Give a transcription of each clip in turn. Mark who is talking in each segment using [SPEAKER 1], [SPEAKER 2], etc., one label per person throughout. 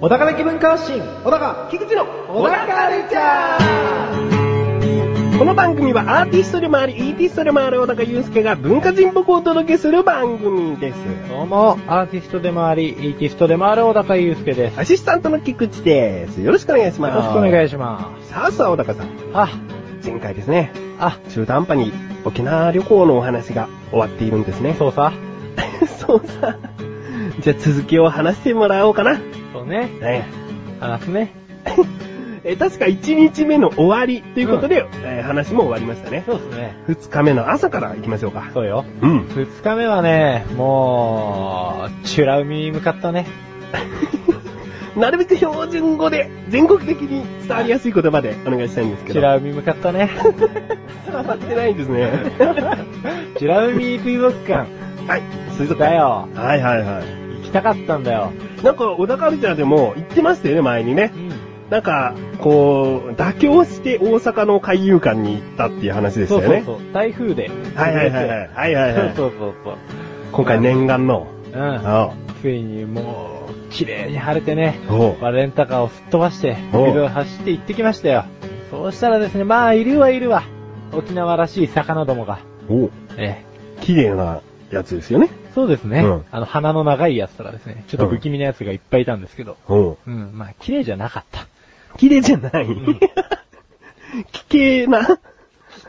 [SPEAKER 1] 小高の気分化新小高菊池の小高カルチャー
[SPEAKER 2] この番組はアーティストでもあり、イーティストでもある小高祐介が文化人僕をお届けする番組です。
[SPEAKER 1] どうも、アーティストでもあり、イーティストでもある小高祐介です。よ
[SPEAKER 2] アシスタントの菊池です。よろしくお願いします。
[SPEAKER 1] ろしくお願い
[SPEAKER 2] し
[SPEAKER 1] しま
[SPEAKER 2] ます。さあさあ小高さん、
[SPEAKER 1] す。あ、
[SPEAKER 2] 前回ですね、
[SPEAKER 1] あ、
[SPEAKER 2] 中途半端に沖縄旅行のお話が終わっているんですね。
[SPEAKER 1] そうさ。
[SPEAKER 2] そうさ。じゃあ続きを話してもらおうかな。
[SPEAKER 1] そうね。
[SPEAKER 2] ね
[SPEAKER 1] 話すね。
[SPEAKER 2] え確か1日目の終わりということで、えー話も終わりましたね。
[SPEAKER 1] そうですね。
[SPEAKER 2] 2日目の朝から行きましょうか。
[SPEAKER 1] そうよ。
[SPEAKER 2] うん。
[SPEAKER 1] 二日目はね、もう、チュラ海に向かったね。
[SPEAKER 2] なるべく標準語で全国的に伝わりやすい言葉でお願いしたいんですけ
[SPEAKER 1] チュ
[SPEAKER 2] ど。
[SPEAKER 1] ラ海に向かった ね。
[SPEAKER 2] 伝わってないですね。
[SPEAKER 1] チュラ海水族館
[SPEAKER 2] はい。水族
[SPEAKER 1] だ
[SPEAKER 2] 館。
[SPEAKER 1] よ。
[SPEAKER 2] はいはいはい。
[SPEAKER 1] 行きたかったんだよ。
[SPEAKER 2] なんか、小田カルチャーでも言ってましたよね、前にね
[SPEAKER 1] う。ん。
[SPEAKER 2] なんか、こう、妥協して大阪の海遊館に行ったっていう話でした
[SPEAKER 1] そう
[SPEAKER 2] よ
[SPEAKER 1] そう
[SPEAKER 2] ね。
[SPEAKER 1] そう。台風で。
[SPEAKER 2] はいはいはいはい。はいはいはい。
[SPEAKER 1] そうそうそう
[SPEAKER 2] 今回念願の。
[SPEAKER 1] そう。うん。
[SPEAKER 2] あ
[SPEAKER 1] ついにもう、綺麗に晴れてね。
[SPEAKER 2] あお
[SPEAKER 1] まあレンタカーをすっ飛ばして、い
[SPEAKER 2] おう
[SPEAKER 1] ろいろ走って行ってきましたよ。そうしたらですね、まあ、いるはいるわ。沖縄らしい魚どもが。
[SPEAKER 2] お
[SPEAKER 1] え
[SPEAKER 2] 綺麗なやつですよね
[SPEAKER 1] え。。そうですね。
[SPEAKER 2] うん
[SPEAKER 1] あの、鼻の長いやつとかですね、ちょっと不気味なやつがいっぱいいたんですけど。
[SPEAKER 2] お
[SPEAKER 1] うん、まあ、綺麗じゃなかった。
[SPEAKER 2] 綺麗じゃない。
[SPEAKER 1] ん
[SPEAKER 2] 奇形な。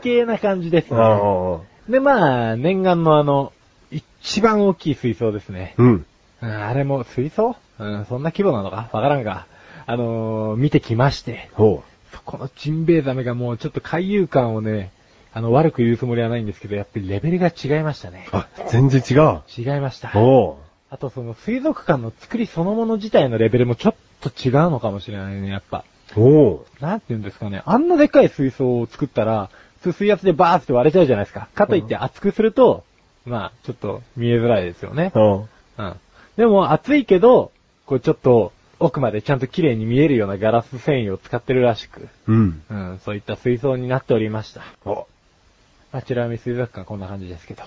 [SPEAKER 1] 奇形な感じです、
[SPEAKER 2] ああ。
[SPEAKER 1] で、まあ、念願のあの、一番大きい水槽ですね。
[SPEAKER 2] うん。
[SPEAKER 1] うん、あれも水槽うん、そんな規模なのかわからんが。あのー見てきまして。
[SPEAKER 2] ほ
[SPEAKER 1] そこのジンベエザメがもうちょっと海遊感をね、あの、悪く言うつもりはないんですけど、やっぱりレベルが違いましたね
[SPEAKER 2] う。。あ、全然違う。
[SPEAKER 1] 違いました。
[SPEAKER 2] お
[SPEAKER 1] あとその水族館の作りそのもの自体のレベルもちょっと違うのかもしれないね、やっぱ。
[SPEAKER 2] うお
[SPEAKER 1] なんて言うんですかね。あんなでっかい水槽を作ったら、普通水圧でバーって割れちゃうじゃないですか。かといって厚くすると、まあ、ちょっと見えづらいですよね。
[SPEAKER 2] うおう
[SPEAKER 1] うん。でも暑いけど、こうちょっと奥までちゃんと綺麗に見えるようなガラス繊維を使ってるらしく。
[SPEAKER 2] うん。
[SPEAKER 1] うん、そういった水槽になっておりました。
[SPEAKER 2] お
[SPEAKER 1] あちら見水族館こんな感じ ですけど。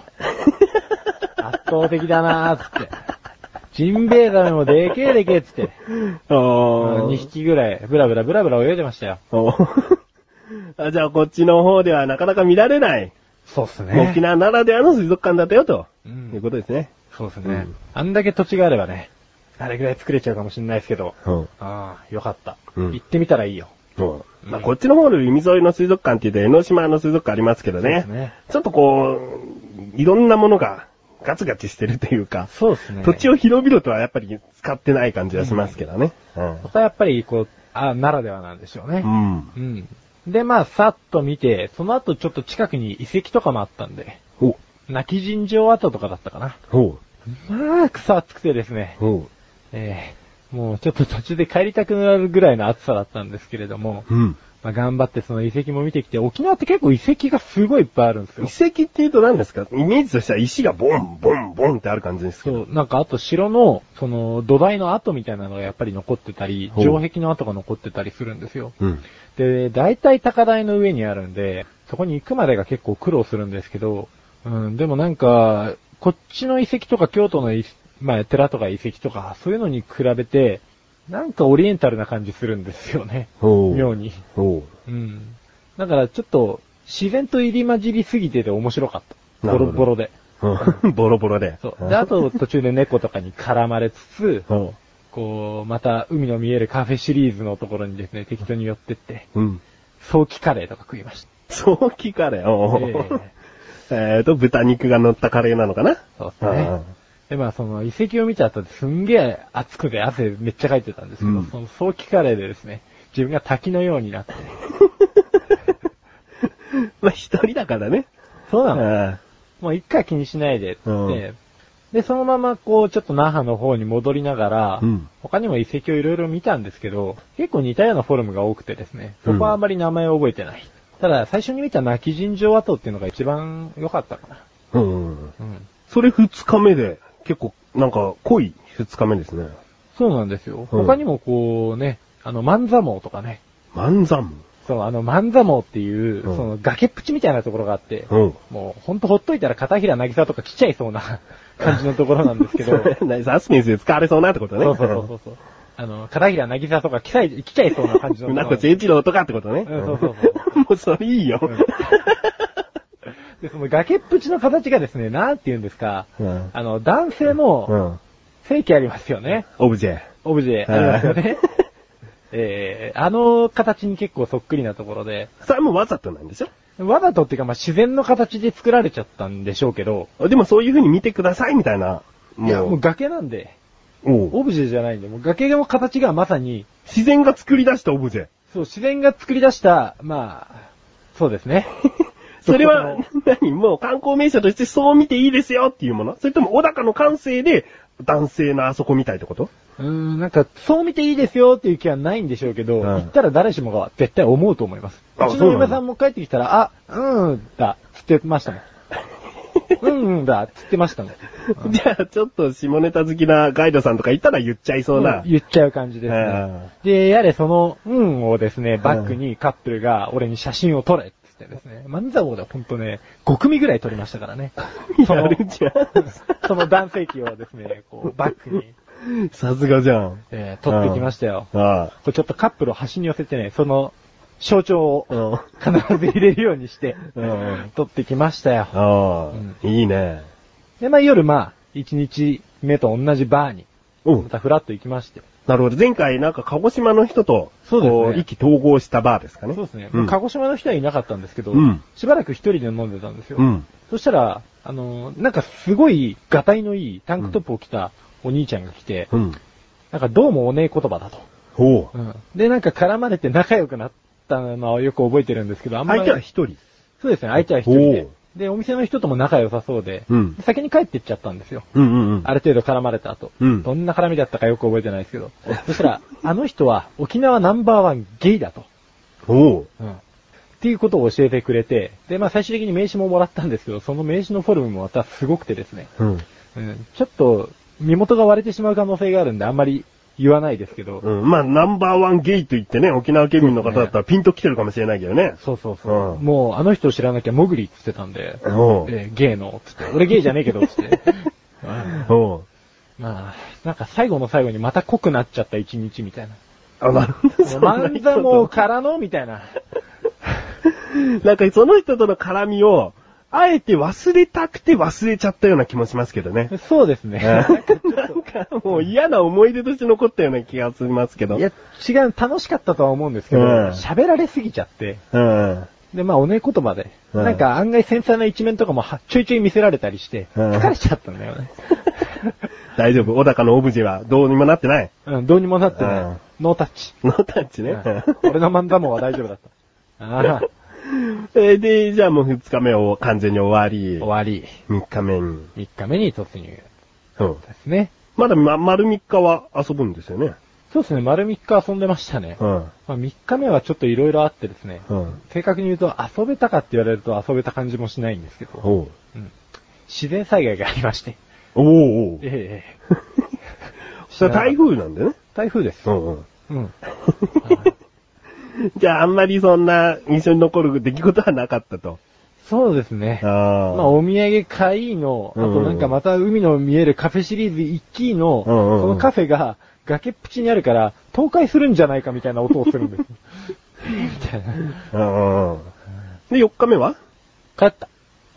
[SPEAKER 1] 圧倒的だなーっつって。ジンベエザメもでけえでけえっつって。
[SPEAKER 2] あ
[SPEAKER 1] 2匹ぐらい、ブラブラブラブラ泳いでましたよ。
[SPEAKER 2] おあ、じゃあこっちの方ではなかなか見られない、
[SPEAKER 1] そうっす
[SPEAKER 2] 沖縄ならではの水族館だったよと、
[SPEAKER 1] う。
[SPEAKER 2] いうんことですね。
[SPEAKER 1] そうっすね、
[SPEAKER 2] うん
[SPEAKER 1] あんだけ土地があればね、あれぐらい作れちゃうかもしれないですけど。
[SPEAKER 2] うん。
[SPEAKER 1] ああ、よかった、
[SPEAKER 2] うん
[SPEAKER 1] 行ってみたらいいよ。
[SPEAKER 2] まあ、こっちの方の海沿いの水族館って言うと江ノ島の水族館ありますけど
[SPEAKER 1] そうっ
[SPEAKER 2] ね
[SPEAKER 1] す。ね
[SPEAKER 2] ちょっとこう、いろんなものがガツガチしてるというか、
[SPEAKER 1] そうですね
[SPEAKER 2] 土地を広々とはやっぱり使ってない感じはしますけどね。うん
[SPEAKER 1] そこはやっぱり、こう、あならではなんでしょうね。
[SPEAKER 2] うん。
[SPEAKER 1] うん。で、まあ、さっと見て、その後ちょっと近くに遺跡とかもあったんで、
[SPEAKER 2] ほ
[SPEAKER 1] 泣き尋常跡とかだったかな。
[SPEAKER 2] う。ほ
[SPEAKER 1] まあ、草厚くてですね
[SPEAKER 2] う。、ほ
[SPEAKER 1] ええもうちょっと途中で帰りたくなるぐらいの暑さだったんですけれども、
[SPEAKER 2] う。うん。
[SPEAKER 1] まあ、頑張ってその遺跡も見てきて、沖縄って結構遺跡がすごいいっぱいあるんです
[SPEAKER 2] 遺
[SPEAKER 1] よ。
[SPEAKER 2] 跡っていうと何ですかイメージとしては石がボン、ボン、ボンってある感じですけ
[SPEAKER 1] そ
[SPEAKER 2] ど。
[SPEAKER 1] う、なんかあと城の、その土台の跡みたいなのがやっぱり残ってたり、
[SPEAKER 2] ほう
[SPEAKER 1] 城壁の跡が残ってたりするんですよ。
[SPEAKER 2] うん。
[SPEAKER 1] で、大体高台の上にあるんで、そこに行くまでが結構苦労するんですけど、うん、でもなんか、こっちの遺跡とか京都の遺跡、まあ、寺とか遺跡とか、そういうのに比べて、なんかオリエンタルな感じするんですよね。
[SPEAKER 2] ほ
[SPEAKER 1] 妙に。
[SPEAKER 2] ほ
[SPEAKER 1] うん。だからちょっと、自然と入り混じりすぎてて面白かった。
[SPEAKER 2] な
[SPEAKER 1] ボ
[SPEAKER 2] る
[SPEAKER 1] ロ
[SPEAKER 2] ほど
[SPEAKER 1] ボロで。
[SPEAKER 2] う。 ボロボロで。
[SPEAKER 1] そう。で、あと途中で猫とかに絡まれつつ、
[SPEAKER 2] ほ
[SPEAKER 1] こう、また海の見えるカフェシリーズのところにですね、適当に寄ってって、
[SPEAKER 2] う。うん。
[SPEAKER 1] 早期カレーとか食いました。
[SPEAKER 2] 早期カレー。おう
[SPEAKER 1] え
[SPEAKER 2] えーと、豚肉が乗ったカレーなのかな
[SPEAKER 1] そうですね。で、まあその遺跡を見た後ですんげえ暑くて汗めっちゃかいてたんですけど、
[SPEAKER 2] うん
[SPEAKER 1] その早期カレーでですね、自分が滝のようになって。
[SPEAKER 2] うんまあ、一人だからね。
[SPEAKER 1] そうなの
[SPEAKER 2] あ
[SPEAKER 1] もう一回気にしないで、つって、
[SPEAKER 2] うん
[SPEAKER 1] で、そのままこうちょっと那覇の方に戻りながら、
[SPEAKER 2] うん
[SPEAKER 1] 他にも遺跡をいろいろ見たんですけど、結構似たようなフォルムが多くてですね、そこはあまり名前を覚えてない。ただ、最初に見た泣き尋常跡っていうのが一番良かったかな。
[SPEAKER 2] あうん。
[SPEAKER 1] うん。
[SPEAKER 2] それ二日目で、結構、なんか、濃い二日目ですね。
[SPEAKER 1] そうなんですよ。
[SPEAKER 2] うん
[SPEAKER 1] 他にもこうね、あの、万座網とかね、
[SPEAKER 2] 万山。
[SPEAKER 1] そう、あの、万座網っていう、
[SPEAKER 2] うん
[SPEAKER 1] その崖っぷちみたいなところがあって、
[SPEAKER 2] うん。
[SPEAKER 1] もうほんとほっといたら片平渚とか来ちゃいそうな 感じのところなんですけど、 そう
[SPEAKER 2] ど。サスペンスで使われそうなってことね。
[SPEAKER 1] そうそうそう。あの、片平渚とか来ちゃい、来ちゃいそう な感じのところ。
[SPEAKER 2] 船越英一郎とかってことね。
[SPEAKER 1] うんそうそうそう。
[SPEAKER 2] もうそれいいよ。
[SPEAKER 1] で、その崖っぷちの形がですね、なんて言うんですか、
[SPEAKER 2] うん。
[SPEAKER 1] あの、男性
[SPEAKER 2] う
[SPEAKER 1] も、
[SPEAKER 2] ん。
[SPEAKER 1] 正規ありますよね。
[SPEAKER 2] オブジェ。
[SPEAKER 1] オブジェありますよね。 えー、あの形に結構そっくりなところで、
[SPEAKER 2] それはもうわざとなんでしょ
[SPEAKER 1] わざとっていうか、まあ、自然の形で作られちゃったんでしょうけど、
[SPEAKER 2] でもそういう風に見てくださいみたいな。
[SPEAKER 1] いや、も
[SPEAKER 2] も
[SPEAKER 1] う
[SPEAKER 2] う、
[SPEAKER 1] 崖なんで、
[SPEAKER 2] おう
[SPEAKER 1] オブジェじゃないんで、もう崖の形がまさに、
[SPEAKER 2] 自然が作り出したオブジェ。
[SPEAKER 1] そう、自然が作り出した、まあ、そうですね。
[SPEAKER 2] それは、何もう観光名所としてそう見ていいですよっていうものそれとも小高の感性で男性のあそこみたいってこと
[SPEAKER 1] うーん、なんか、そう見ていいですよっていう気はないんでしょうけど、
[SPEAKER 2] うん
[SPEAKER 1] 行ったら誰しもが絶対思うと思います。
[SPEAKER 2] あ
[SPEAKER 1] うちの
[SPEAKER 2] そうなんだ
[SPEAKER 1] 嫁さんも帰ってきたら、あ、うーん、だ、つってま したね。うん、うんだ、つってましたね。
[SPEAKER 2] じゃあ、ちょっと下ネタ好きなガイドさんとか言ったら言っちゃいそうな。
[SPEAKER 1] 言っちゃう感じです
[SPEAKER 2] うん
[SPEAKER 1] ね。で、やれその、うんをですね、バックにカップルが俺に写真を撮れ、つってですね。漫才王でほんとね、5組ぐらい撮りましたからね。そ
[SPEAKER 2] や
[SPEAKER 1] の、
[SPEAKER 2] るじゃ
[SPEAKER 1] その男性器をですね、こう、バックに、
[SPEAKER 2] ん。さすがじゃん。
[SPEAKER 1] えー撮ってきましたよ。
[SPEAKER 2] あ
[SPEAKER 1] これちょっとカップルを端に寄せてね、その、象徴を
[SPEAKER 2] あ。うん。あ
[SPEAKER 1] 必ず入れるようにして
[SPEAKER 2] うん、
[SPEAKER 1] 撮ってきましたよ。
[SPEAKER 2] あ、いいね。
[SPEAKER 1] で、まあ夜、まあ、1日目と同じバーに、
[SPEAKER 2] う
[SPEAKER 1] ま
[SPEAKER 2] ん。
[SPEAKER 1] たフラッと行きまして。
[SPEAKER 2] なるほど。前回なんか鹿児島の人と、
[SPEAKER 1] そうですね
[SPEAKER 2] こ意気統合したバーですかね。
[SPEAKER 1] そうですね。
[SPEAKER 2] うん。
[SPEAKER 1] 鹿児島の人はいなかったんですけど、
[SPEAKER 2] うん
[SPEAKER 1] しばらく一人で飲んでたんですよ。
[SPEAKER 2] うん。
[SPEAKER 1] そしたら、あのーなんかすごい、がたいのいいタンクトップを着たお兄ちゃんが来て、
[SPEAKER 2] うん。
[SPEAKER 1] なんかどうもおねえ言葉だと。
[SPEAKER 2] ほう。
[SPEAKER 1] うんで、なんか絡まれて仲良くなったのはよく覚えてるんですけど、あんまり
[SPEAKER 2] 相手は一人。
[SPEAKER 1] そうですね、相手は一人
[SPEAKER 2] お
[SPEAKER 1] で
[SPEAKER 2] う。
[SPEAKER 1] で、お店の人とも仲良さそうで、
[SPEAKER 2] うん
[SPEAKER 1] で先に帰ってっちゃったんですよ。
[SPEAKER 2] うんうんうん。
[SPEAKER 1] ある程度絡まれた後。
[SPEAKER 2] うん
[SPEAKER 1] どんな絡みだったかよく覚えてないですけど。そしたら、あの人は沖縄ナンバーワンゲイだと。
[SPEAKER 2] ほう。
[SPEAKER 1] うんっていうことを教えてくれて、で、まあ最終的に名刺ももらったんですけど、その名刺のフォルムもまたすごくてですね、
[SPEAKER 2] うん。
[SPEAKER 1] うん、ちょっと身元が割れてしまう可能性があるんであんまり言わないですけど、
[SPEAKER 2] うん。まあ、ナンバーワンゲイと言ってね、沖縄県民の方だったらピンと来てるかもしれないけどね。
[SPEAKER 1] そうそうそう、
[SPEAKER 2] うん
[SPEAKER 1] もうあの人を知らなきゃモグリって言ってたんで、
[SPEAKER 2] おう。
[SPEAKER 1] えーゲイの、つって、俺ゲイじゃねえけど、つって。 うん
[SPEAKER 2] おう。
[SPEAKER 1] まあ、なんか最後の最後にまた濃くなっちゃった一日みた いな。
[SPEAKER 2] あ、なるほど。そんな人と
[SPEAKER 1] 漫才もからのみたいな。
[SPEAKER 2] なんかその人との絡みを、あえて忘れたくて忘れちゃったような気もしますけど ね。
[SPEAKER 1] そうですね。
[SPEAKER 2] なんかもう嫌な思い出として残ったような気がしますけど。
[SPEAKER 1] いや、違う、楽しかったとは思うんですけど、
[SPEAKER 2] うん
[SPEAKER 1] 喋られすぎちゃって、
[SPEAKER 2] うん。
[SPEAKER 1] で、まあ、おねえ言葉で、
[SPEAKER 2] うん
[SPEAKER 1] なんか案外繊細な一面とかもはちょいちょい見せられたりして、
[SPEAKER 2] うん
[SPEAKER 1] 疲れちゃったんだよね。
[SPEAKER 2] 大丈夫。小高のオブジェはどうにもなってない。
[SPEAKER 1] うん、どうにもなってない。
[SPEAKER 2] うん
[SPEAKER 1] ノータッチ。
[SPEAKER 2] ノータッチ
[SPEAKER 1] う
[SPEAKER 2] ね。
[SPEAKER 1] ん俺の漫談もは大丈夫だった。ああ、
[SPEAKER 2] えーで、じゃあもう2日目を完全に終わり
[SPEAKER 1] 終、わり。
[SPEAKER 2] 3日目に。
[SPEAKER 1] 3日目に突入
[SPEAKER 2] うん。
[SPEAKER 1] ですね。
[SPEAKER 2] まだ、ま、丸3日は遊ぶんですよね。
[SPEAKER 1] そうですね、丸3日遊んでましたね。
[SPEAKER 2] うん。
[SPEAKER 1] まあ、3日目はちょっといろいろあってですね、
[SPEAKER 2] うん。
[SPEAKER 1] 正確に言うと遊べたかって言われると遊べた感じもしないんですけど、
[SPEAKER 2] おう。
[SPEAKER 1] うん、自然災害がありまして、
[SPEAKER 2] おうおう。
[SPEAKER 1] ええ
[SPEAKER 2] それは台風なんでね。
[SPEAKER 1] 台風です。
[SPEAKER 2] んうん。
[SPEAKER 1] うん。
[SPEAKER 2] じゃああんまりそんな印象に残る出来事はなかったと。
[SPEAKER 1] そうです ね。
[SPEAKER 2] あ
[SPEAKER 1] まあ、お土産買いの、あ
[SPEAKER 2] うんうん
[SPEAKER 1] となんかまた海の見えるカフェシリーズ1期の、
[SPEAKER 2] うんうんうん
[SPEAKER 1] そのカフェが崖っぷちにあるから、倒壊するんじゃないかみたいな音をする んです。みたいな。
[SPEAKER 2] うんうん。で、4日目は
[SPEAKER 1] 帰った。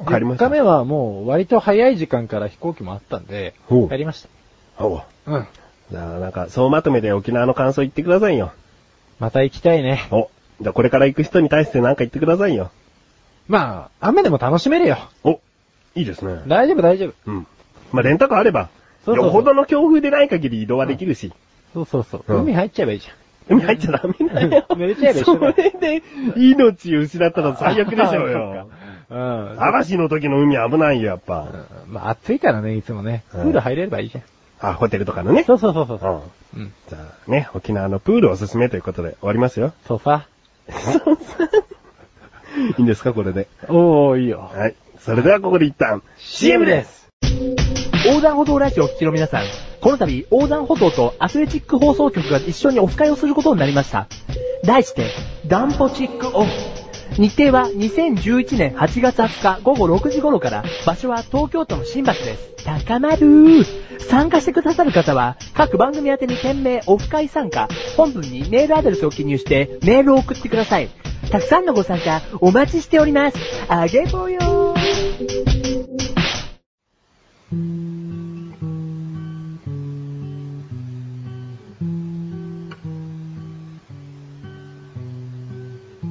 [SPEAKER 2] 帰りました
[SPEAKER 1] 4日目はもう割と早い時間から飛行機もあったんで
[SPEAKER 2] ほう、
[SPEAKER 1] 帰りまし
[SPEAKER 2] おう。
[SPEAKER 1] た。うん。
[SPEAKER 2] じゃあなんか、総まとめで沖縄の感想言ってくださいよ。
[SPEAKER 1] また行きたいね。
[SPEAKER 2] お。じゃあこれから行く人に対してなんか言ってくださいよ。
[SPEAKER 1] まあ、雨でも楽しめるよ。
[SPEAKER 2] お。いいですね。
[SPEAKER 1] 大丈夫大丈夫。
[SPEAKER 2] うん。まあ、レンタカーあれば、
[SPEAKER 1] そうそうそう
[SPEAKER 2] よほどの強風でない限り移動はできるし。
[SPEAKER 1] そうそうそう。
[SPEAKER 2] うん
[SPEAKER 1] 海入っちゃえばいいじゃん。
[SPEAKER 2] 海入っちゃダメだよ。
[SPEAKER 1] 濡れちゃえば一緒
[SPEAKER 2] そ
[SPEAKER 1] だよ
[SPEAKER 2] れで、命失ったら最悪でしょう よ。
[SPEAKER 1] そっ か。うん。
[SPEAKER 2] 嵐の時の海危ないよ、やっぱ。
[SPEAKER 1] うんまあ暑いからね、いつもね。プ
[SPEAKER 2] うん
[SPEAKER 1] ール入れればいいじゃん。
[SPEAKER 2] あ、ホテルとかのね。
[SPEAKER 1] そうそうそうそう
[SPEAKER 2] う。。
[SPEAKER 1] そうんうん。
[SPEAKER 2] じゃあね、沖縄のプールおすすめということで終わりますよ。
[SPEAKER 1] そうさ。
[SPEAKER 2] いいんですか、これで。
[SPEAKER 1] おー、いいよ。
[SPEAKER 2] はい。それではここで一旦、CM です
[SPEAKER 1] す
[SPEAKER 3] 横断歩道ラジオをお聞きの皆さん、この度横断歩道とアスレチック放送局が一緒にオフ会をすることになりました。題して、ダンポチックオフ。日程は2011年8月20日午後6時頃から、場所は東京都の新橋です。高まる参加してくださる方は、各番組宛てに件名オフ会参加、本文にメールアドレスを記入して、メールを送ってください。たくさんのご参加、お待ちしております。あげぼよ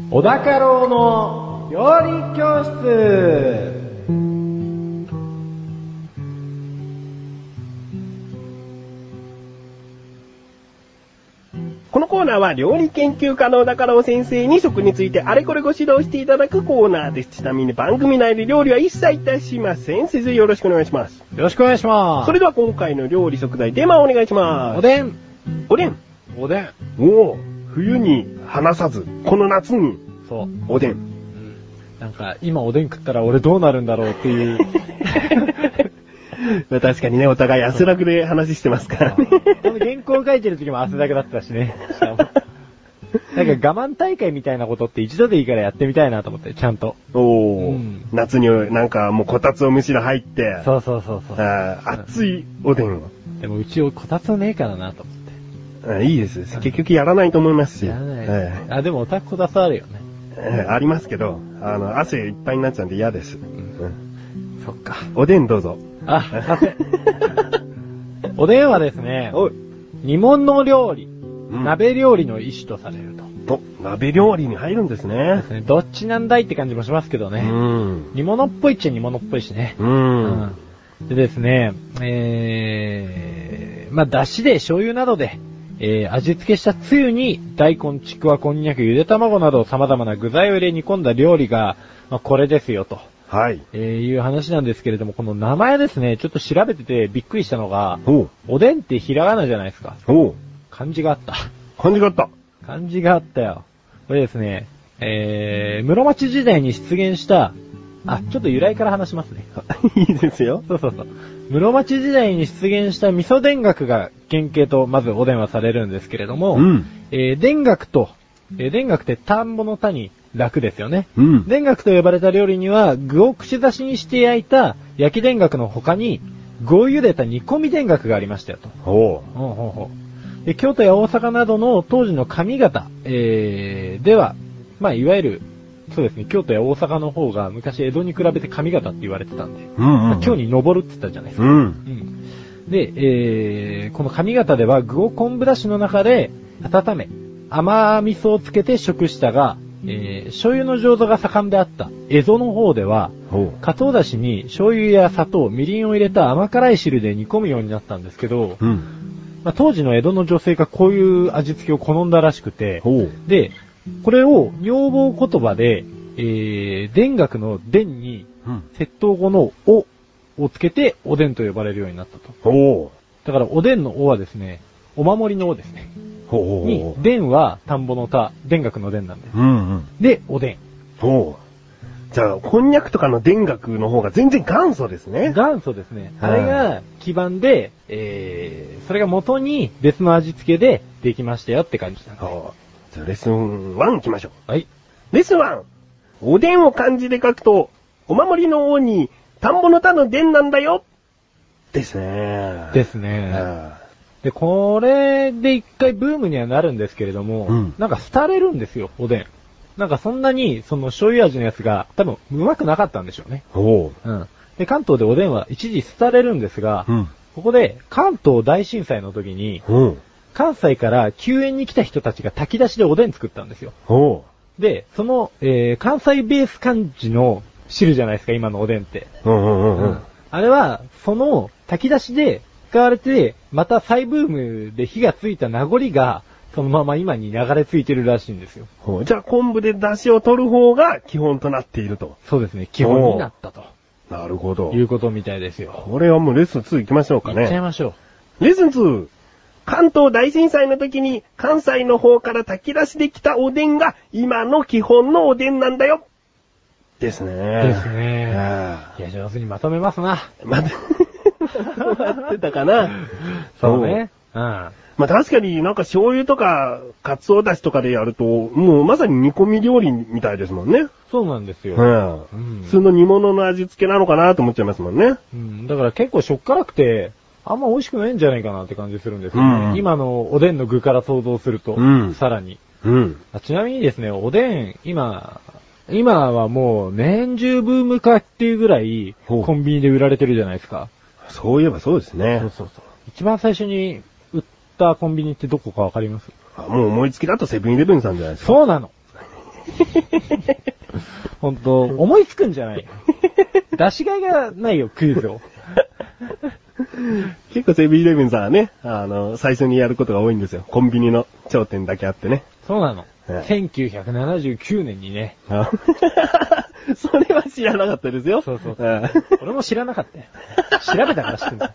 [SPEAKER 1] 小高郎の料理教室
[SPEAKER 2] このコーナーは料理研究家の小高郎先生に食についてあれこれご指導していただくコーナーです。ちなみに番組内で料理は一切いたしません。先生よろしくお願いします。
[SPEAKER 1] よろしくお願いします。
[SPEAKER 2] それでは今回の料理食材、デマをお願いしま
[SPEAKER 1] お
[SPEAKER 2] す。
[SPEAKER 1] でん
[SPEAKER 2] おでん。
[SPEAKER 1] おでん
[SPEAKER 2] おお、冬に離さず、この夏に
[SPEAKER 1] そう。
[SPEAKER 2] おでん。
[SPEAKER 1] なんか、今おでん食ったら俺どうなるんだろうっていう。
[SPEAKER 2] まあ確かにね、お互い安らぐで話してますから ね。
[SPEAKER 1] この原稿書いてる時も汗だくだったし ね。しかもなんか我慢大会みたいなことって一度でいいからやってみたいなと思って、ちゃんと。
[SPEAKER 2] おお、
[SPEAKER 1] うん
[SPEAKER 2] 夏になんかもうこたつおむしろ入って、
[SPEAKER 1] そうそうそうそう。
[SPEAKER 2] あー熱いおでんを。
[SPEAKER 1] でもうちこたつねえからなと思って。
[SPEAKER 2] あいいです。結局やらないと思いますし。
[SPEAKER 1] やらない。
[SPEAKER 2] ええ
[SPEAKER 1] あ、でもおたこださあるよね。
[SPEAKER 2] ええありますけど、あの、汗いっぱいになっちゃうんで嫌です。うん
[SPEAKER 1] そっか。
[SPEAKER 2] おでんどうぞ。
[SPEAKER 1] あ、さて。おでんはですね、
[SPEAKER 2] おい。
[SPEAKER 1] 煮物料理、
[SPEAKER 2] ん
[SPEAKER 1] 鍋料理の一種とされると。
[SPEAKER 2] お、鍋料理に入るんですね。
[SPEAKER 1] どっちなんだいって感じもしますけど
[SPEAKER 2] う
[SPEAKER 1] ね。
[SPEAKER 2] ん。
[SPEAKER 1] 煮物っぽいっちゃ煮物っぽいしね。
[SPEAKER 2] うん。
[SPEAKER 1] でですね、えー、まあ、だしで醤油などで、えー、味付けしたつゆに、大根、ちくわ、こんにゃく、ゆで卵など様々な具材を入れ煮込んだ料理が、まあ、これですよ、と、
[SPEAKER 2] はい。
[SPEAKER 1] えーいう話なんですけれども、この名前ですね、ちょっと調べててびっくりしたのが、
[SPEAKER 2] おう。
[SPEAKER 1] おでんってひらがなじゃないですか。
[SPEAKER 2] おう。
[SPEAKER 1] 漢字があった。
[SPEAKER 2] 感じがあった。
[SPEAKER 1] 漢字があったよ。これですね、えー、室町時代に出現した、あ、ちょっと由来から話しますね。
[SPEAKER 2] いいですよ。
[SPEAKER 1] そうそうそう。室町時代に出現した味噌田楽が原型とまずおでんはされるんですけれども、
[SPEAKER 2] うん
[SPEAKER 1] えー田楽と、えー田楽って田んぼの田に楽ですよね。
[SPEAKER 2] うん
[SPEAKER 1] 田楽と呼ばれた料理には具を串刺しにして焼いた焼き田楽の他に具を茹でた煮込み田楽がありましたよと。
[SPEAKER 2] おう。
[SPEAKER 1] ほうほうほうで京都や大阪などの当時の上方、えーでは、まあ、いわゆる、そうですね、京都や大阪の方が昔江戸に比べて上方って言われてたんで、
[SPEAKER 2] うん、
[SPEAKER 1] まあ今日に登るって言ったじゃないです
[SPEAKER 2] う
[SPEAKER 1] か。
[SPEAKER 2] ん。
[SPEAKER 1] うんで、えー、この上方では具を昆布だしの中で温め、甘味噌をつけて食したが、えー、醤油の醸造が盛んであった江戸の方では、
[SPEAKER 2] おう。
[SPEAKER 1] かつおだしに醤油や砂糖、みりんを入れた甘辛い汁で煮込むようになったんですけど、
[SPEAKER 2] うん。
[SPEAKER 1] まあ、当時の江戸の女性がこういう味付けを好んだらしくて、
[SPEAKER 2] おう。
[SPEAKER 1] で、これを女房言葉で、えー、田楽の田に、
[SPEAKER 2] うん。
[SPEAKER 1] 窃盗後のおをつけておでんと呼ばれるようになったと。
[SPEAKER 2] おう。
[SPEAKER 1] だからおでんのおはですね、お守りのおですね。
[SPEAKER 2] おう。
[SPEAKER 1] に、田は田んぼの田、田楽の田なんです。
[SPEAKER 2] うんうん。
[SPEAKER 1] で、おでん。
[SPEAKER 2] おう。じゃあ、こんにゃくとかの田楽の方が全然元祖ですね。
[SPEAKER 1] 元祖ですね。
[SPEAKER 2] は
[SPEAKER 1] あ
[SPEAKER 2] い
[SPEAKER 1] れが基盤で、えー、それが元に別の味付けでできましたよって感じなんです。
[SPEAKER 2] おう。じゃあ、レッスン1行きましょう。
[SPEAKER 1] はい。
[SPEAKER 2] レッスン 1! おでんを漢字で書くと、お守りの王に、田んぼの田の田なんだよですね。
[SPEAKER 1] ですね。
[SPEAKER 2] あ
[SPEAKER 1] で、これで一回ブームにはなるんですけれども、
[SPEAKER 2] うん
[SPEAKER 1] なんか廃れるんですよ、おでん。なんかそんなに、その醤油味のやつが多分うまくなかったんでしょうね。
[SPEAKER 2] あおう。
[SPEAKER 1] うん。で、関東でおでんは一時廃れるんですが、
[SPEAKER 2] ん。
[SPEAKER 1] ここで関東大震災の時に、
[SPEAKER 2] おう。
[SPEAKER 1] 関西から救援に来た人たちが炊き出しでおでん作ったんですよ。
[SPEAKER 2] おう。
[SPEAKER 1] で、その、えー、関西ベース漢字の汁じゃないですか、今のおでんって。
[SPEAKER 2] うんうんうんう
[SPEAKER 1] うん
[SPEAKER 2] ん。
[SPEAKER 1] あれは、その炊き出しで使われて、また再ブームで火がついた名残が、そのまま今に流れ着いてるらしいんですよ。
[SPEAKER 2] ほうじゃあ、昆布で出汁を取る方が基本となっていると。
[SPEAKER 1] そうですね、基本になったと
[SPEAKER 2] なるほど
[SPEAKER 1] いうことみたいですよ。
[SPEAKER 2] これはもうレッスン2行きましょう
[SPEAKER 1] い
[SPEAKER 2] か
[SPEAKER 1] っ
[SPEAKER 2] ね。
[SPEAKER 1] ちゃいましょ
[SPEAKER 2] レッスン 2! 関東大震災の時に関西の方から炊き出しできたおでんが今の基本のおでんなんだよですね。
[SPEAKER 1] ですね
[SPEAKER 2] あ
[SPEAKER 1] う。いや、 上手にまとめますな。
[SPEAKER 2] あ。ま、待ってたかな
[SPEAKER 1] そうね。うん。
[SPEAKER 2] まあ確かになんか醤油とか、鰹だしとかでやると、もうまさに煮込み料理みたいですもんね。
[SPEAKER 1] そうなんですよ。
[SPEAKER 2] うん。
[SPEAKER 1] うん
[SPEAKER 2] 普通の煮物の味付けなのかなと思っちゃいますもんね。
[SPEAKER 1] うん、だから結構しょっからくて、あんま美味しくないんじゃないかなって感じするんですよね。
[SPEAKER 2] うん
[SPEAKER 1] 今のおでんの具から想像すると、
[SPEAKER 2] うん
[SPEAKER 1] さらに
[SPEAKER 2] うん。
[SPEAKER 1] あ。ちなみにですね、おでん、今、今はもう年中ブーム化っていうぐらい、
[SPEAKER 2] ほう
[SPEAKER 1] コンビニで売られてるじゃないですか。
[SPEAKER 2] そういえばそうですね。
[SPEAKER 1] そうそう。一番最初に売ったコンビニってどこかわかります
[SPEAKER 2] あもう思いつきだとセブンイレブンさんじゃないですか。
[SPEAKER 1] そうな の。ほんと、思いつくんじゃない。出しがいがないよ、クイズを。
[SPEAKER 2] 結構セブンイレブンさんはね、あの、最初にやることが多いんですよ。コンビニの頂点だけあってね。
[SPEAKER 1] そうなの。
[SPEAKER 2] え
[SPEAKER 1] 1979年にね、
[SPEAKER 2] あ それは知らなかったですよ。
[SPEAKER 1] そうそうそ
[SPEAKER 2] うん
[SPEAKER 1] 俺も知らなかったよ。調べたから知ってんだ。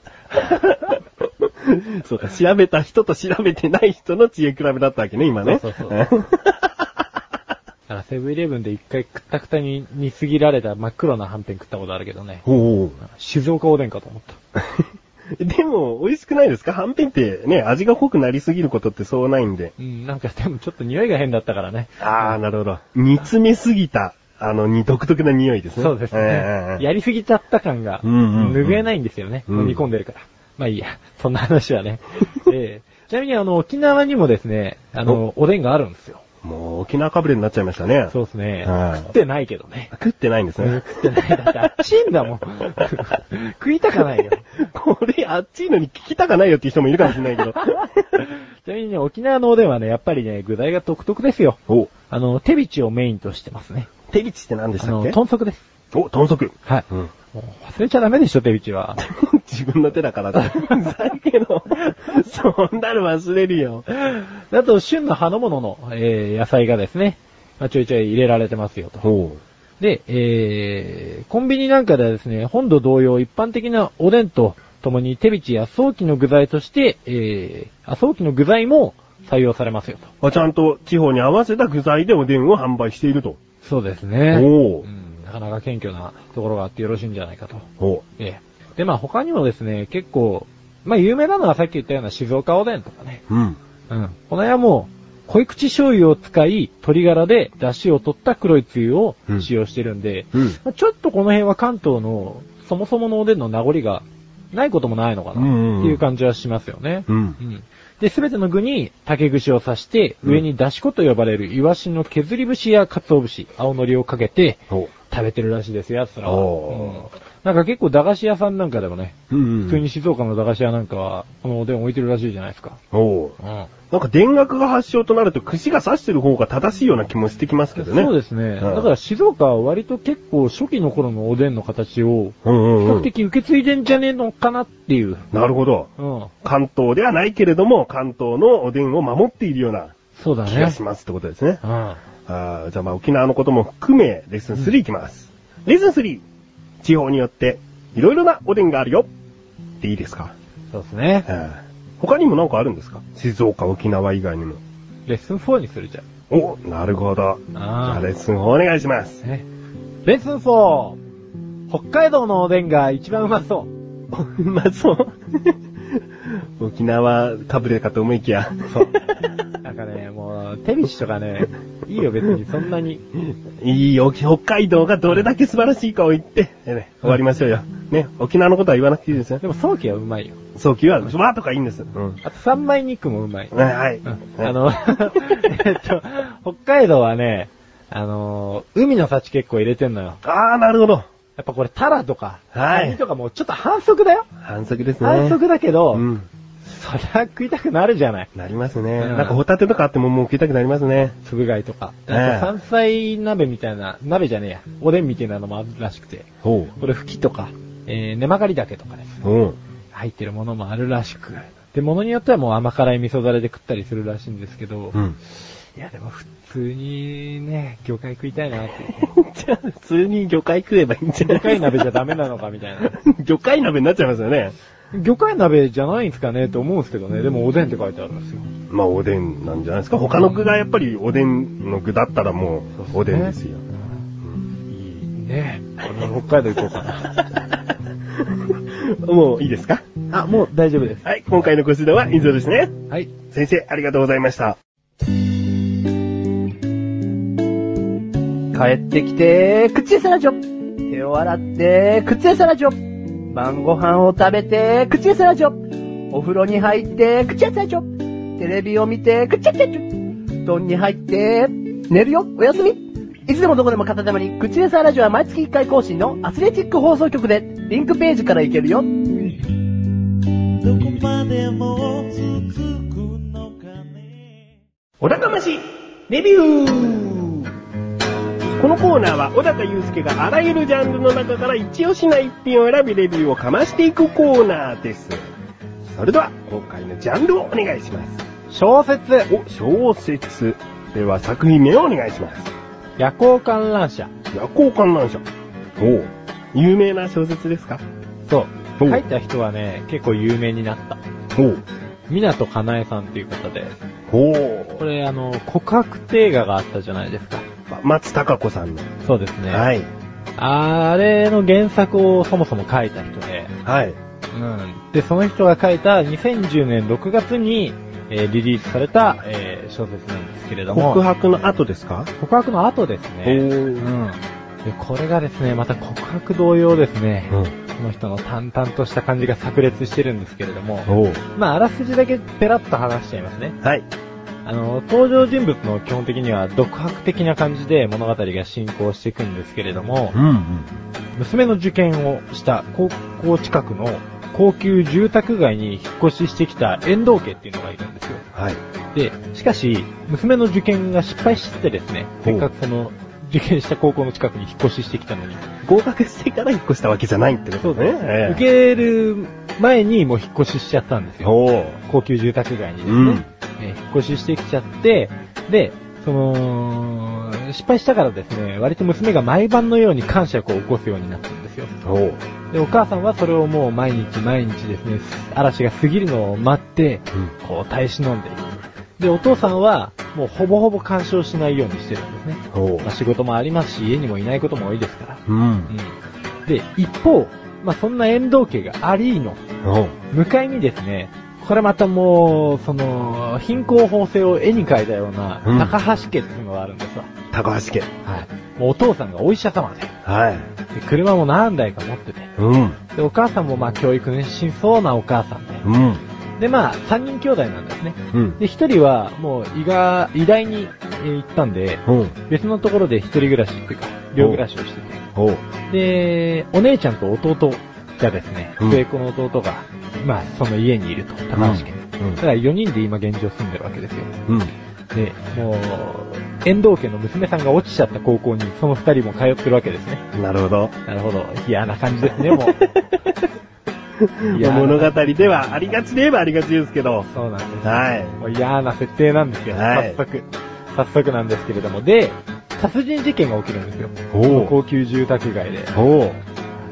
[SPEAKER 2] そうか、調べた人と調べてない人の知恵比べだったわけね、今ね。
[SPEAKER 1] そうそうそう
[SPEAKER 2] うん
[SPEAKER 1] だからセブンイレブンで一回くったくたに煮すぎられた真っ黒なはんぺん食ったことあるけどね。
[SPEAKER 2] おう
[SPEAKER 1] 静岡おでんかと思った。
[SPEAKER 2] おう でも、美味しくないですかはんぺんってね、味が濃くなりすぎることってそうないんで。
[SPEAKER 1] うん、なんかでもちょっと匂いが変だったからね。
[SPEAKER 2] ああ、なるほど。煮詰めすぎた、あの、に独特な匂いですね。
[SPEAKER 1] そうですね。
[SPEAKER 2] や
[SPEAKER 1] やりすぎちゃった感が、
[SPEAKER 2] うんうんうん
[SPEAKER 1] 拭えないんですよね。
[SPEAKER 2] うん
[SPEAKER 1] 飲み込んでるから。まあいいや。そんな話は ね。ええちなみにあの、沖縄にもですね、あの、おでんがあるんですよ。
[SPEAKER 2] もう、沖縄かぶれになっちゃいましたね。
[SPEAKER 1] そうですね。
[SPEAKER 2] はい
[SPEAKER 1] 食ってないけどね。
[SPEAKER 2] 食ってないんですね。
[SPEAKER 1] 食ってない。だってあっちいんだもん。 食いたかないよ。
[SPEAKER 2] これ、あっちいのに聞きたかないよっていう人もいるかもしれないけど。
[SPEAKER 1] ちなみにね、沖縄のおでんはね、やっぱりね、具材が独特ですよ。
[SPEAKER 2] お、
[SPEAKER 1] あの、手びちをメインとしてますね。
[SPEAKER 2] 手口って何でし
[SPEAKER 1] あ
[SPEAKER 2] たっ
[SPEAKER 1] の、
[SPEAKER 2] け
[SPEAKER 1] 豚足です。
[SPEAKER 2] お、豚足。
[SPEAKER 1] はい。
[SPEAKER 2] うん。
[SPEAKER 1] もう忘れちゃダメでしょ、手びちは。
[SPEAKER 2] 自分の手だからだ。だけど、そんなの忘れるよ。
[SPEAKER 1] あと、旬の葉の物の、えー野菜がですね、まあ、ちょいちょい入れられてますよと。
[SPEAKER 2] ほ
[SPEAKER 1] で、えー、コンビニなんかではですね、本土同様一般的なおでんと共に手びちや早期の具材として、えー、あ、早期の具材も採用されますよと。
[SPEAKER 2] う。ちゃんと地方に合わせた具材でおでんを販売していると。
[SPEAKER 1] そうですね。
[SPEAKER 2] おー
[SPEAKER 1] うん、なかなか謙虚なところがあってよろしいんじゃないかと。
[SPEAKER 2] ほ
[SPEAKER 1] ええ。で、まあ他にもですね、結構、まあ有名なのはさっき言ったような静岡おでんとかね。
[SPEAKER 2] う。うん。
[SPEAKER 1] うん。この辺はもう、濃い口醤油を使い、鶏ガラで出汁を取った黒いつゆを
[SPEAKER 2] うん
[SPEAKER 1] 使用してるんで、
[SPEAKER 2] うん。
[SPEAKER 1] まあちょっとこの辺は関東のそもそものおでんの名残がないこともないのかな、
[SPEAKER 2] うんうんうん
[SPEAKER 1] っていう感じはしますよね。
[SPEAKER 2] うん。
[SPEAKER 1] うんで、すべての具に竹串を刺して、上に出し子と呼ばれるイワシの削り節や鰹節、青のりをかけて
[SPEAKER 2] ほ
[SPEAKER 1] 食べてるらしいですよ、奴らは。
[SPEAKER 2] おー
[SPEAKER 1] うんなんか結構駄菓子屋さんなんかでもね、
[SPEAKER 2] う。うん
[SPEAKER 1] 普通に静岡の駄菓子屋なんかは、このおでん置いてるらしいじゃないですか。
[SPEAKER 2] ほう。なんか電楽が発祥となると串が刺してる方が正しいような気もしてきますけどね。。
[SPEAKER 1] そうですすね。
[SPEAKER 2] うん
[SPEAKER 1] だから静岡は割と結構初期の頃のおでんの形を、
[SPEAKER 2] うん
[SPEAKER 1] 比
[SPEAKER 2] うんう
[SPEAKER 1] 較
[SPEAKER 2] ん。
[SPEAKER 1] 的受け継いでんじゃねえのかなっていう。
[SPEAKER 2] なるほど。
[SPEAKER 1] うん。
[SPEAKER 2] 関東ではないけれども、関東のおでんを守っているような
[SPEAKER 1] そうだ
[SPEAKER 2] 気が
[SPEAKER 1] ね
[SPEAKER 2] し。ますってことですね。
[SPEAKER 1] うん。
[SPEAKER 2] あーじゃあまあ沖縄のことも含め、レッスン3いきます。レッスン 3! 地方によって、いろいろなおでんがあるよっていいですか、
[SPEAKER 1] そうですね
[SPEAKER 2] え。ー他にも何かあるんですか静岡、沖縄以外にも。
[SPEAKER 1] レッスン4にするじゃん。
[SPEAKER 2] お、なるほど。じ
[SPEAKER 1] あー
[SPEAKER 2] ゃあレッスン4お願いします。
[SPEAKER 1] ね。レッスン4。北海道のおでんが一番うまそう。
[SPEAKER 2] う まそう。沖縄かぶれかと思いきや。
[SPEAKER 1] なんかね、もう、手びしとかね、いいよ別に、そんなに。
[SPEAKER 2] いいよ、北海道がどれだけ素晴らしいかを言って、ね終わりましょうよ。ね、沖縄のことは言わなくていいですよ。
[SPEAKER 1] でも、早期はうまいよ。
[SPEAKER 2] 早期は、わーとかいいんです。うん。
[SPEAKER 1] あと、三枚肉もうまい。
[SPEAKER 2] はいはい。
[SPEAKER 1] あの、 えっと、北海道はね、あのー海の幸結構入れてんのよ。
[SPEAKER 2] あー、なるほど。
[SPEAKER 1] やっぱこれタラとか、
[SPEAKER 2] はい
[SPEAKER 1] カニとかもうちょっと反則だよ。
[SPEAKER 2] 反則ですね。
[SPEAKER 1] 反則だけど、
[SPEAKER 2] うん。
[SPEAKER 1] そりゃ食いたくなるじゃない。
[SPEAKER 2] なりますね。
[SPEAKER 1] うん
[SPEAKER 2] なんかホタテとかあってももう食いたくなりますね。
[SPEAKER 1] つぶ貝とか。
[SPEAKER 2] ええ
[SPEAKER 1] なんか山菜鍋みたいな、鍋じゃねえや。おでんみたいなのもあるらしくて。
[SPEAKER 2] ほ
[SPEAKER 1] これ、ふきとか、えー、根曲がりけとかですね。
[SPEAKER 2] う。うん。
[SPEAKER 1] 入ってるものもあるらしく。で、ものによってはもう甘辛い味噌だれで食ったりするらしいんですけど、
[SPEAKER 2] うん。
[SPEAKER 1] いやでも普通にね、魚介食いたいなって。
[SPEAKER 2] じゃあ、普通に魚介食えばいいんじゃない
[SPEAKER 1] 魚介鍋じゃダメなのかみたいな。
[SPEAKER 2] 魚介鍋になっちゃいますよね。
[SPEAKER 1] 魚介鍋じゃないんすかねと思うんですけどね。でもおでんって書いてあるんですよ。
[SPEAKER 2] まあ、おでんなんじゃないですか。他の具がやっぱりおでんの具だったらもう、おでんですよ。
[SPEAKER 1] うんいいね。俺も北海道行こうかな。
[SPEAKER 2] もういいですか
[SPEAKER 4] あ、もう大丈夫です。
[SPEAKER 2] はい、今回のご指導は以上ですね。
[SPEAKER 1] はい。
[SPEAKER 2] 先生、ありがとうございました。
[SPEAKER 3] 帰ってきて、口餌ラジオ手を洗って、口餌ラジオ晩ご飯を食べて、口餌ラジオお風呂に入って、口餌ラジオテレビを見て、口餌ラジオ布団に入って、寝るよおやすみいつでもどこでも片手間に、口餌ラジオは毎月1回更新のアスレチック放送局で、リンクページから行けるよ
[SPEAKER 5] どこまでも続くのかね
[SPEAKER 2] 小高まし、レビューこのコーナーは小高祐介があらゆるジャンルの中から一押しな一品を選びレビューをかましていくコーナーです。それでは、今回のジャンルをお願いします。
[SPEAKER 1] 小説、
[SPEAKER 2] お、小説。では作品名をお願いします。
[SPEAKER 1] 夜行観覧車。
[SPEAKER 2] 夜行観覧車。おう有名な小説ですか
[SPEAKER 1] そう。
[SPEAKER 2] お
[SPEAKER 1] 書いた人はね、結構有名になった。
[SPEAKER 2] おう
[SPEAKER 1] 港かなえさんっていう方で、
[SPEAKER 2] お
[SPEAKER 1] こ
[SPEAKER 2] う
[SPEAKER 1] れあの、告白映画があったじゃないですか。
[SPEAKER 2] 松たか子さんの。
[SPEAKER 1] そうですね。
[SPEAKER 2] はい。
[SPEAKER 1] あれの原作をそもそも書いた人で、
[SPEAKER 2] はい。
[SPEAKER 1] うん。で、その人が書いた2010年6月に、えーリリースされた、えー小説なんですけれども、
[SPEAKER 2] 告白の後ですか
[SPEAKER 1] 告白の後です
[SPEAKER 2] お
[SPEAKER 1] ね。う
[SPEAKER 2] ー
[SPEAKER 1] ん。で、これがですね、また告白同様ですね。
[SPEAKER 2] うん。
[SPEAKER 1] この人の淡々とした感じが炸裂してるんですけれども、
[SPEAKER 2] おう
[SPEAKER 1] まあ、あらすじだけペラッと話しちゃいますね。
[SPEAKER 2] はい。
[SPEAKER 1] あの、登場人物の基本的には独白的な感じで物語が進行していくんですけれども、
[SPEAKER 2] んうん。
[SPEAKER 1] 娘の受験をした高校近くの高級住宅街に引っ越ししてきた遠藤家っていうのがいるんですよ。
[SPEAKER 2] はい。
[SPEAKER 1] で、しかし、娘の受験が失敗してですね、
[SPEAKER 2] ほう
[SPEAKER 1] せっかくその、受験した高校の近くに引っ越ししてきたのに、
[SPEAKER 2] 合格してから引っ越したわけじゃないってことですね。ええ
[SPEAKER 1] 受ける前にもう引っ越ししちゃったんですよ。
[SPEAKER 2] おう
[SPEAKER 1] 高級住宅街にですね、
[SPEAKER 2] うん。
[SPEAKER 1] えー引っ越ししてきちゃって、で、その、失敗したからですね、割と娘が毎晩のように感触を起こすようになったんですよ。
[SPEAKER 2] おう
[SPEAKER 1] で、お母さんはそれをもう毎日毎日ですね、嵐が過ぎるのを待って、こう耐え忍んでいる。で、お父さんは、もうほぼほぼ干渉しないようにしてるんですね。
[SPEAKER 2] おう
[SPEAKER 1] まあ、仕事もありますし、家にもいないことも多いですから。
[SPEAKER 2] うん。
[SPEAKER 1] うん。で、一方、まあ、そんな遠藤家がアリーの
[SPEAKER 2] おう
[SPEAKER 1] 向かいにですね、これまたもう、その、貧困法制を絵に描いたような
[SPEAKER 2] うん、
[SPEAKER 1] 高橋家っていうのがあるんですわ。
[SPEAKER 2] 高橋家。
[SPEAKER 1] はい。もうお父さんがお医者様で、
[SPEAKER 2] はい。
[SPEAKER 1] で車も何台か持ってて、
[SPEAKER 2] うん。
[SPEAKER 1] で、お母さんもまあ教育熱心そうなお母さんで、
[SPEAKER 2] うん。
[SPEAKER 1] でまあ、三人兄弟なんですね。
[SPEAKER 2] うん。
[SPEAKER 1] で、一人はもう医が、医大にえー行ったんで、
[SPEAKER 2] うん。
[SPEAKER 1] 別のところで一人暮らしっていうか、寮暮らしをしてて、
[SPEAKER 2] おう
[SPEAKER 1] で、お姉ちゃんと弟がですね、
[SPEAKER 2] うん
[SPEAKER 1] 末っ子の弟が、まあ、その家にいると、高橋家に。だから4人で今現状住んでるわけですよ。
[SPEAKER 2] うん。
[SPEAKER 1] で、もう、遠藤家の娘さんが落ちちゃった高校にその二人も通ってるわけですね。
[SPEAKER 2] うん。なるほど。
[SPEAKER 1] なるほど。嫌な感じですね、 もう。いや
[SPEAKER 2] 物語ではありがちで言えばありがちですけど。
[SPEAKER 1] そうなんです。
[SPEAKER 2] は
[SPEAKER 1] もう嫌な設定なんですよ、
[SPEAKER 2] はい
[SPEAKER 1] 早速。早速なんですけれども。で、殺人事件が起きるんですよ。
[SPEAKER 2] い。おう
[SPEAKER 1] 高級住宅街で。
[SPEAKER 2] おう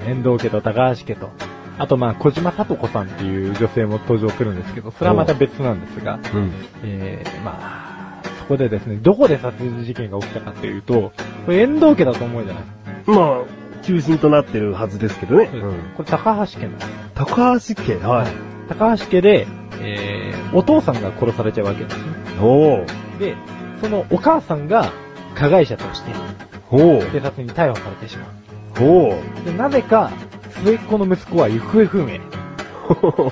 [SPEAKER 1] 遠藤家と高橋家と。あとまあ、小島さと子さんっていう女性も登場するんですけど、それはまた別なんですが。
[SPEAKER 2] うん。
[SPEAKER 1] えー、まあ、そこでですね、どこで殺人事件が起きたかというと、これ遠藤家だと思うじゃないですか。
[SPEAKER 2] まあ、中心となってるはずですけどね。
[SPEAKER 1] これ高橋家の。
[SPEAKER 2] 高橋家。はい。
[SPEAKER 1] 高橋家で、えー、お父さんが殺されちゃうわけですね。
[SPEAKER 2] おう
[SPEAKER 1] で、そのお母さんが加害者として
[SPEAKER 2] おう
[SPEAKER 1] 警察に逮捕されてしま
[SPEAKER 2] お
[SPEAKER 1] う。
[SPEAKER 2] う
[SPEAKER 1] で、なぜか、末っ子の息子は行方不 明。こ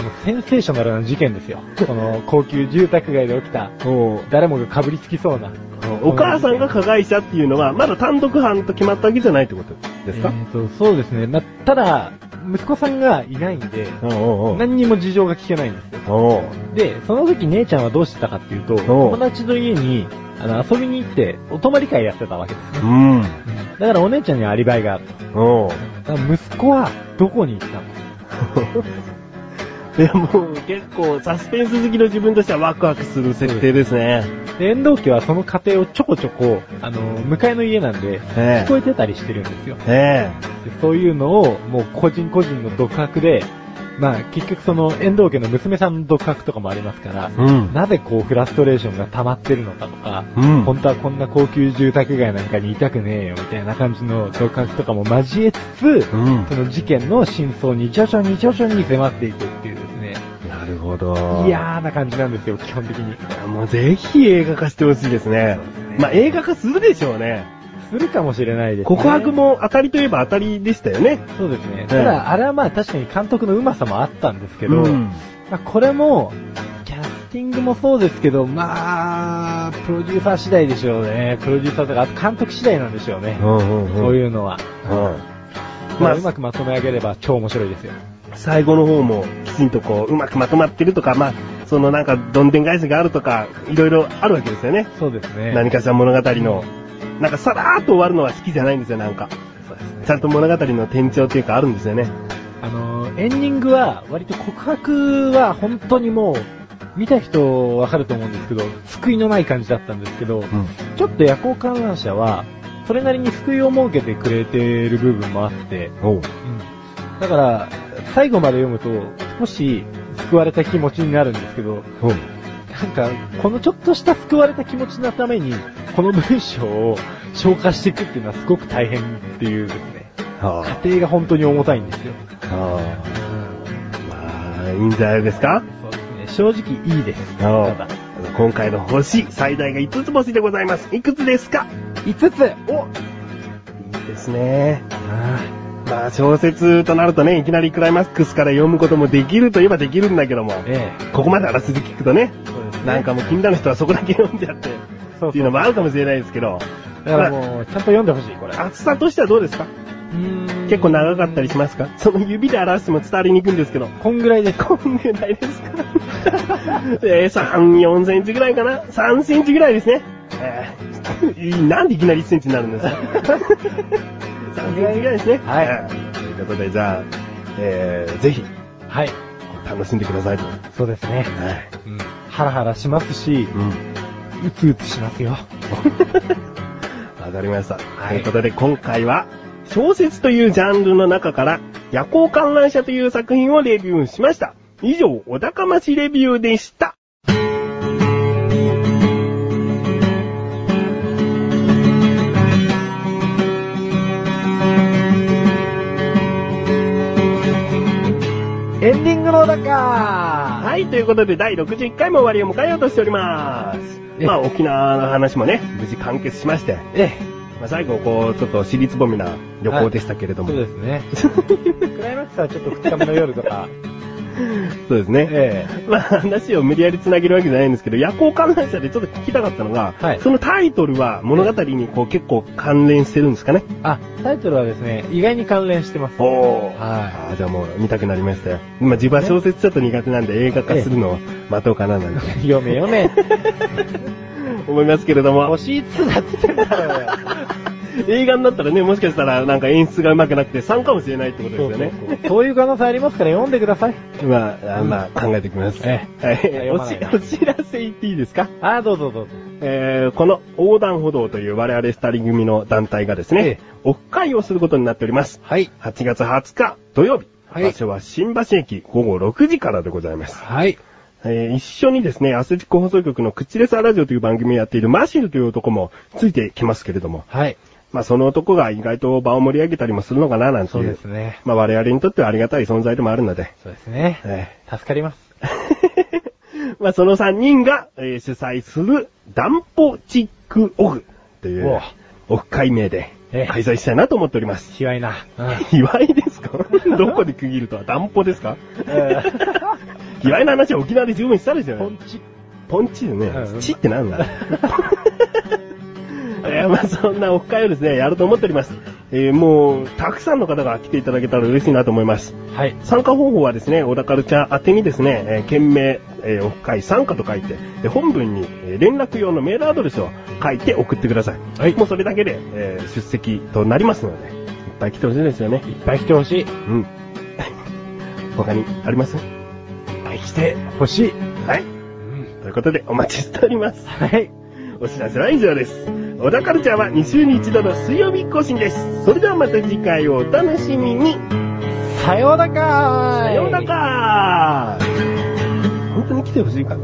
[SPEAKER 1] のセンセーショナルな事件ですよ。この高級住宅街で起きた、
[SPEAKER 2] おう
[SPEAKER 1] 誰もが被りつきそうな。
[SPEAKER 2] お母さんが加害者っていうのは、まだ単独犯と決まったわけじゃないってことですか、
[SPEAKER 1] えーと、そうですね。まあ、ただ、息子さんがいないんで、
[SPEAKER 2] おうおう
[SPEAKER 1] 何にも事情が聞けないんですよ。
[SPEAKER 2] おう
[SPEAKER 1] で、その時姉ちゃんはどうしてたかっていうと、友達の家に、あの、遊びに行って、お泊まり会やってたわけですね。
[SPEAKER 2] うん。
[SPEAKER 1] だからお姉ちゃんにはアリバイがあると。
[SPEAKER 2] おう
[SPEAKER 1] だから息子はどこに行ったの
[SPEAKER 2] いや、もう結構サスペンス好きの自分としてはワクワクする設定ですね。
[SPEAKER 1] で遠藤家はその家庭をちょこちょこ、あの、向かいの家なんで、
[SPEAKER 2] え
[SPEAKER 1] 聞こえてたりしてるんですよ。
[SPEAKER 2] ええ
[SPEAKER 1] でそういうのを、もう個人個人の独白で、まあ、結局その、遠藤家の娘さんの独白とかもありますから、
[SPEAKER 2] うん。
[SPEAKER 1] なぜこうフラストレーションが溜まってるのかとか、
[SPEAKER 2] うん。
[SPEAKER 1] 本当はこんな高級住宅街なんかにいたくねえよみたいな感じの独白とかも交えつつ、
[SPEAKER 2] うん
[SPEAKER 1] そ。の事件の真相に徐々に徐々に迫っていくっていうですね、
[SPEAKER 2] なるほど。
[SPEAKER 1] 嫌な感じなんですよ、基本的に。
[SPEAKER 2] もうぜひ映画化してほしいですね。まあ映画化するでしょうね。
[SPEAKER 1] するかもしれないですね。
[SPEAKER 2] 告白も当たりといえば当たりでしたよね。
[SPEAKER 1] そうですね。ただ、あれはまあ確かに監督のうまさもあったんですけど、
[SPEAKER 2] うん
[SPEAKER 1] まあ、これも、キャスティングもそうですけど、まあ、プロデューサー次第でしょうね。プロデューサーとか、あと監督次第なんでしょうね。
[SPEAKER 2] うんうん。
[SPEAKER 1] そう
[SPEAKER 2] う。
[SPEAKER 1] いうのは。ま
[SPEAKER 2] まあ
[SPEAKER 1] あ、うまくまとめ上げれば超面白いですよ。
[SPEAKER 2] 最後の方もきちんとこう、うまくまとまってるとか、まあ、そのなんかどんでん返しがあるとか、いろいろあるわけですよね。
[SPEAKER 1] そうですね。
[SPEAKER 2] 何かしら物語の。なんかさらーっと終わるのは好きじゃないんですよ、なんか。
[SPEAKER 1] そうですね
[SPEAKER 2] ちゃんと物語の転調っていうかあるんですよね。
[SPEAKER 1] あの、エンディングは、割と告白は本当にもう、見た人わかると思うんですけど、救いのない感じだったんですけど、ちょっと夜行観覧車は、それなりに救いを設けてくれてる部分もあって、
[SPEAKER 2] おう。
[SPEAKER 1] だから、最後まで読むと、少し救われた気持ちになるんですけど、
[SPEAKER 2] おう。
[SPEAKER 1] なんか、このちょっとした救われた気持ちのために、この文章を消化していくっていうのはすごく大変っていうですね、
[SPEAKER 2] は
[SPEAKER 1] 過程が本当に重たいんですよ。
[SPEAKER 2] あ。はあ。まあ、いいんじゃないですか
[SPEAKER 1] そうですね、正直いいです。た
[SPEAKER 2] ああ
[SPEAKER 1] だ、
[SPEAKER 2] 今回の星、最大が5つ星でございます。いくつですか
[SPEAKER 1] 5つ
[SPEAKER 2] おいいですね。まあ小説となるとね、いきなりクライマックスから読むこともできるといえばできるんだけども、
[SPEAKER 1] え
[SPEAKER 2] ここまであらすじ聞くとね、
[SPEAKER 1] え、そうですね
[SPEAKER 2] なんかもう気になる人はそこだけ読んじゃって、
[SPEAKER 1] そ
[SPEAKER 2] っていうのもあるかもしれないですけど、
[SPEAKER 1] だからもう、ちゃんと読んでほしい、これ。
[SPEAKER 2] 厚さとしてはどうですか結構長かったりしますかその指で表しても伝わりにくいんですけど。
[SPEAKER 1] こんぐらいです。
[SPEAKER 2] こんぐら いですかえー、3、4センチぐらいかな ?3 センチぐらいですね。えー、なんでいきなり1センチになる んですか ?3 センチぐらいですね。
[SPEAKER 1] はい
[SPEAKER 2] えーということで、じゃあ、えー、ぜひ、
[SPEAKER 1] はい。
[SPEAKER 2] 楽しんでくださいと。は
[SPEAKER 1] そうですね。
[SPEAKER 2] い。
[SPEAKER 1] うん。ハラハラしますし、
[SPEAKER 2] うん。
[SPEAKER 1] うつうつしますよ。
[SPEAKER 2] わかりました。
[SPEAKER 1] い
[SPEAKER 2] ということで、今回は、小説というジャンルの中から、夜行観覧車という作品をレビューしました。以上、お高ましレビューでした。
[SPEAKER 1] エンディングの中は
[SPEAKER 2] はい、ということで第61回も終わりを迎えようとしております。
[SPEAKER 1] え
[SPEAKER 2] まあ、沖縄の話もね、無事完結しまして、
[SPEAKER 1] い。え
[SPEAKER 2] まあ、最後、こう、ちょっと尻つぼみな旅行でしたけれ
[SPEAKER 1] え、
[SPEAKER 2] ども、
[SPEAKER 1] そうですね。クライマックスはちょっと2日目の夜とか、
[SPEAKER 2] そうですね。
[SPEAKER 1] ええ、
[SPEAKER 2] まあ、話を無理やり繋げるわけじゃないんですけど、夜行観覧車でちょっと聞きたかったのが、
[SPEAKER 1] はい
[SPEAKER 2] そのタイトルは物語にこう結構関連してるんですかね。
[SPEAKER 1] あ、タイトルはですね、意外に関連してます。
[SPEAKER 2] おー。
[SPEAKER 1] は
[SPEAKER 2] あーじゃあもう見たくなりましたよ。今自分は小説ちょっと苦手なんで映画化するのを待とうかななんて
[SPEAKER 1] い。読め読 め。
[SPEAKER 2] 思いますけれども。
[SPEAKER 1] 星5つだって言ってんだろうよ。
[SPEAKER 2] 映画になったらね、もしかしたらなんか演出が上手くなくて3かもしれないってことですよね。
[SPEAKER 1] そうそういう可能性ありますから読んでください。
[SPEAKER 2] まあ、あまあ、考えておきます。
[SPEAKER 1] え
[SPEAKER 2] はい、
[SPEAKER 1] 読
[SPEAKER 2] お
[SPEAKER 1] まない
[SPEAKER 2] し
[SPEAKER 1] な
[SPEAKER 2] お知らせ言っていいですか
[SPEAKER 1] あー、どうぞどうぞ。
[SPEAKER 2] えー、この横断歩道という我々二人組の団体がですね
[SPEAKER 1] ええ、
[SPEAKER 2] オフ会をすることになっております。
[SPEAKER 1] はい。
[SPEAKER 2] 8月20日土曜日、
[SPEAKER 1] はい
[SPEAKER 2] 場所は新橋駅午後6時からでございます。
[SPEAKER 1] はい。
[SPEAKER 2] えー一緒にですね、アスリック放送局のクチレサラジオという番組をやっているマシルという男もついてきますけれども、
[SPEAKER 1] はい。
[SPEAKER 2] まあその男が意外と場を盛り上げたりもするのかななんてい
[SPEAKER 1] そうですね。
[SPEAKER 2] まあ我々にとってはありがたい存在でもあるので、
[SPEAKER 1] そうですね。
[SPEAKER 2] え
[SPEAKER 1] 助かります。
[SPEAKER 2] ー まあその3人が、えー主催するダンポチックオフという
[SPEAKER 1] おう
[SPEAKER 2] ね、オフ会名で
[SPEAKER 1] え
[SPEAKER 2] 開
[SPEAKER 1] え
[SPEAKER 2] 催したいなと思っております。
[SPEAKER 1] 卑猥な。うん。
[SPEAKER 2] 祝いですか どこで区切るとはダンポですか
[SPEAKER 1] え
[SPEAKER 2] 祝いの話は沖縄で十分したでしょう
[SPEAKER 1] ー
[SPEAKER 2] ね
[SPEAKER 1] ポンチ。
[SPEAKER 2] ポンチでね、
[SPEAKER 1] うん
[SPEAKER 2] チってなんだ。えーまあそんなオフ会をですね、やると思っております。えーもう、たくさんの方が来ていただけたら嬉しいなと思います。
[SPEAKER 1] はい。
[SPEAKER 2] 参加方法はですね、小田カルチャー宛てにですね、えー件名、えーオフ会参加と書いて、で本文に、えー連絡用のメールアドレスを書いて送ってください。
[SPEAKER 1] はい
[SPEAKER 2] もうそれだけで、えー出席となりますので、いっぱい来てほしいですよね。
[SPEAKER 1] いっぱい来てほしい。
[SPEAKER 2] うん。 他にありますはい、来て。
[SPEAKER 1] 欲しい。
[SPEAKER 2] は
[SPEAKER 1] う
[SPEAKER 2] い。
[SPEAKER 1] ん。
[SPEAKER 2] ということで、お待ちしております。
[SPEAKER 1] はい。
[SPEAKER 2] お知らせは以上です。小田カルチャーは2週に1度の水曜日更新です。それではまた次回をお楽しみに。
[SPEAKER 1] さようなかーい
[SPEAKER 2] さようなかー本当に来てほしいかな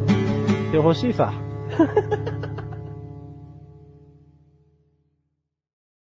[SPEAKER 1] 来てほしいさ。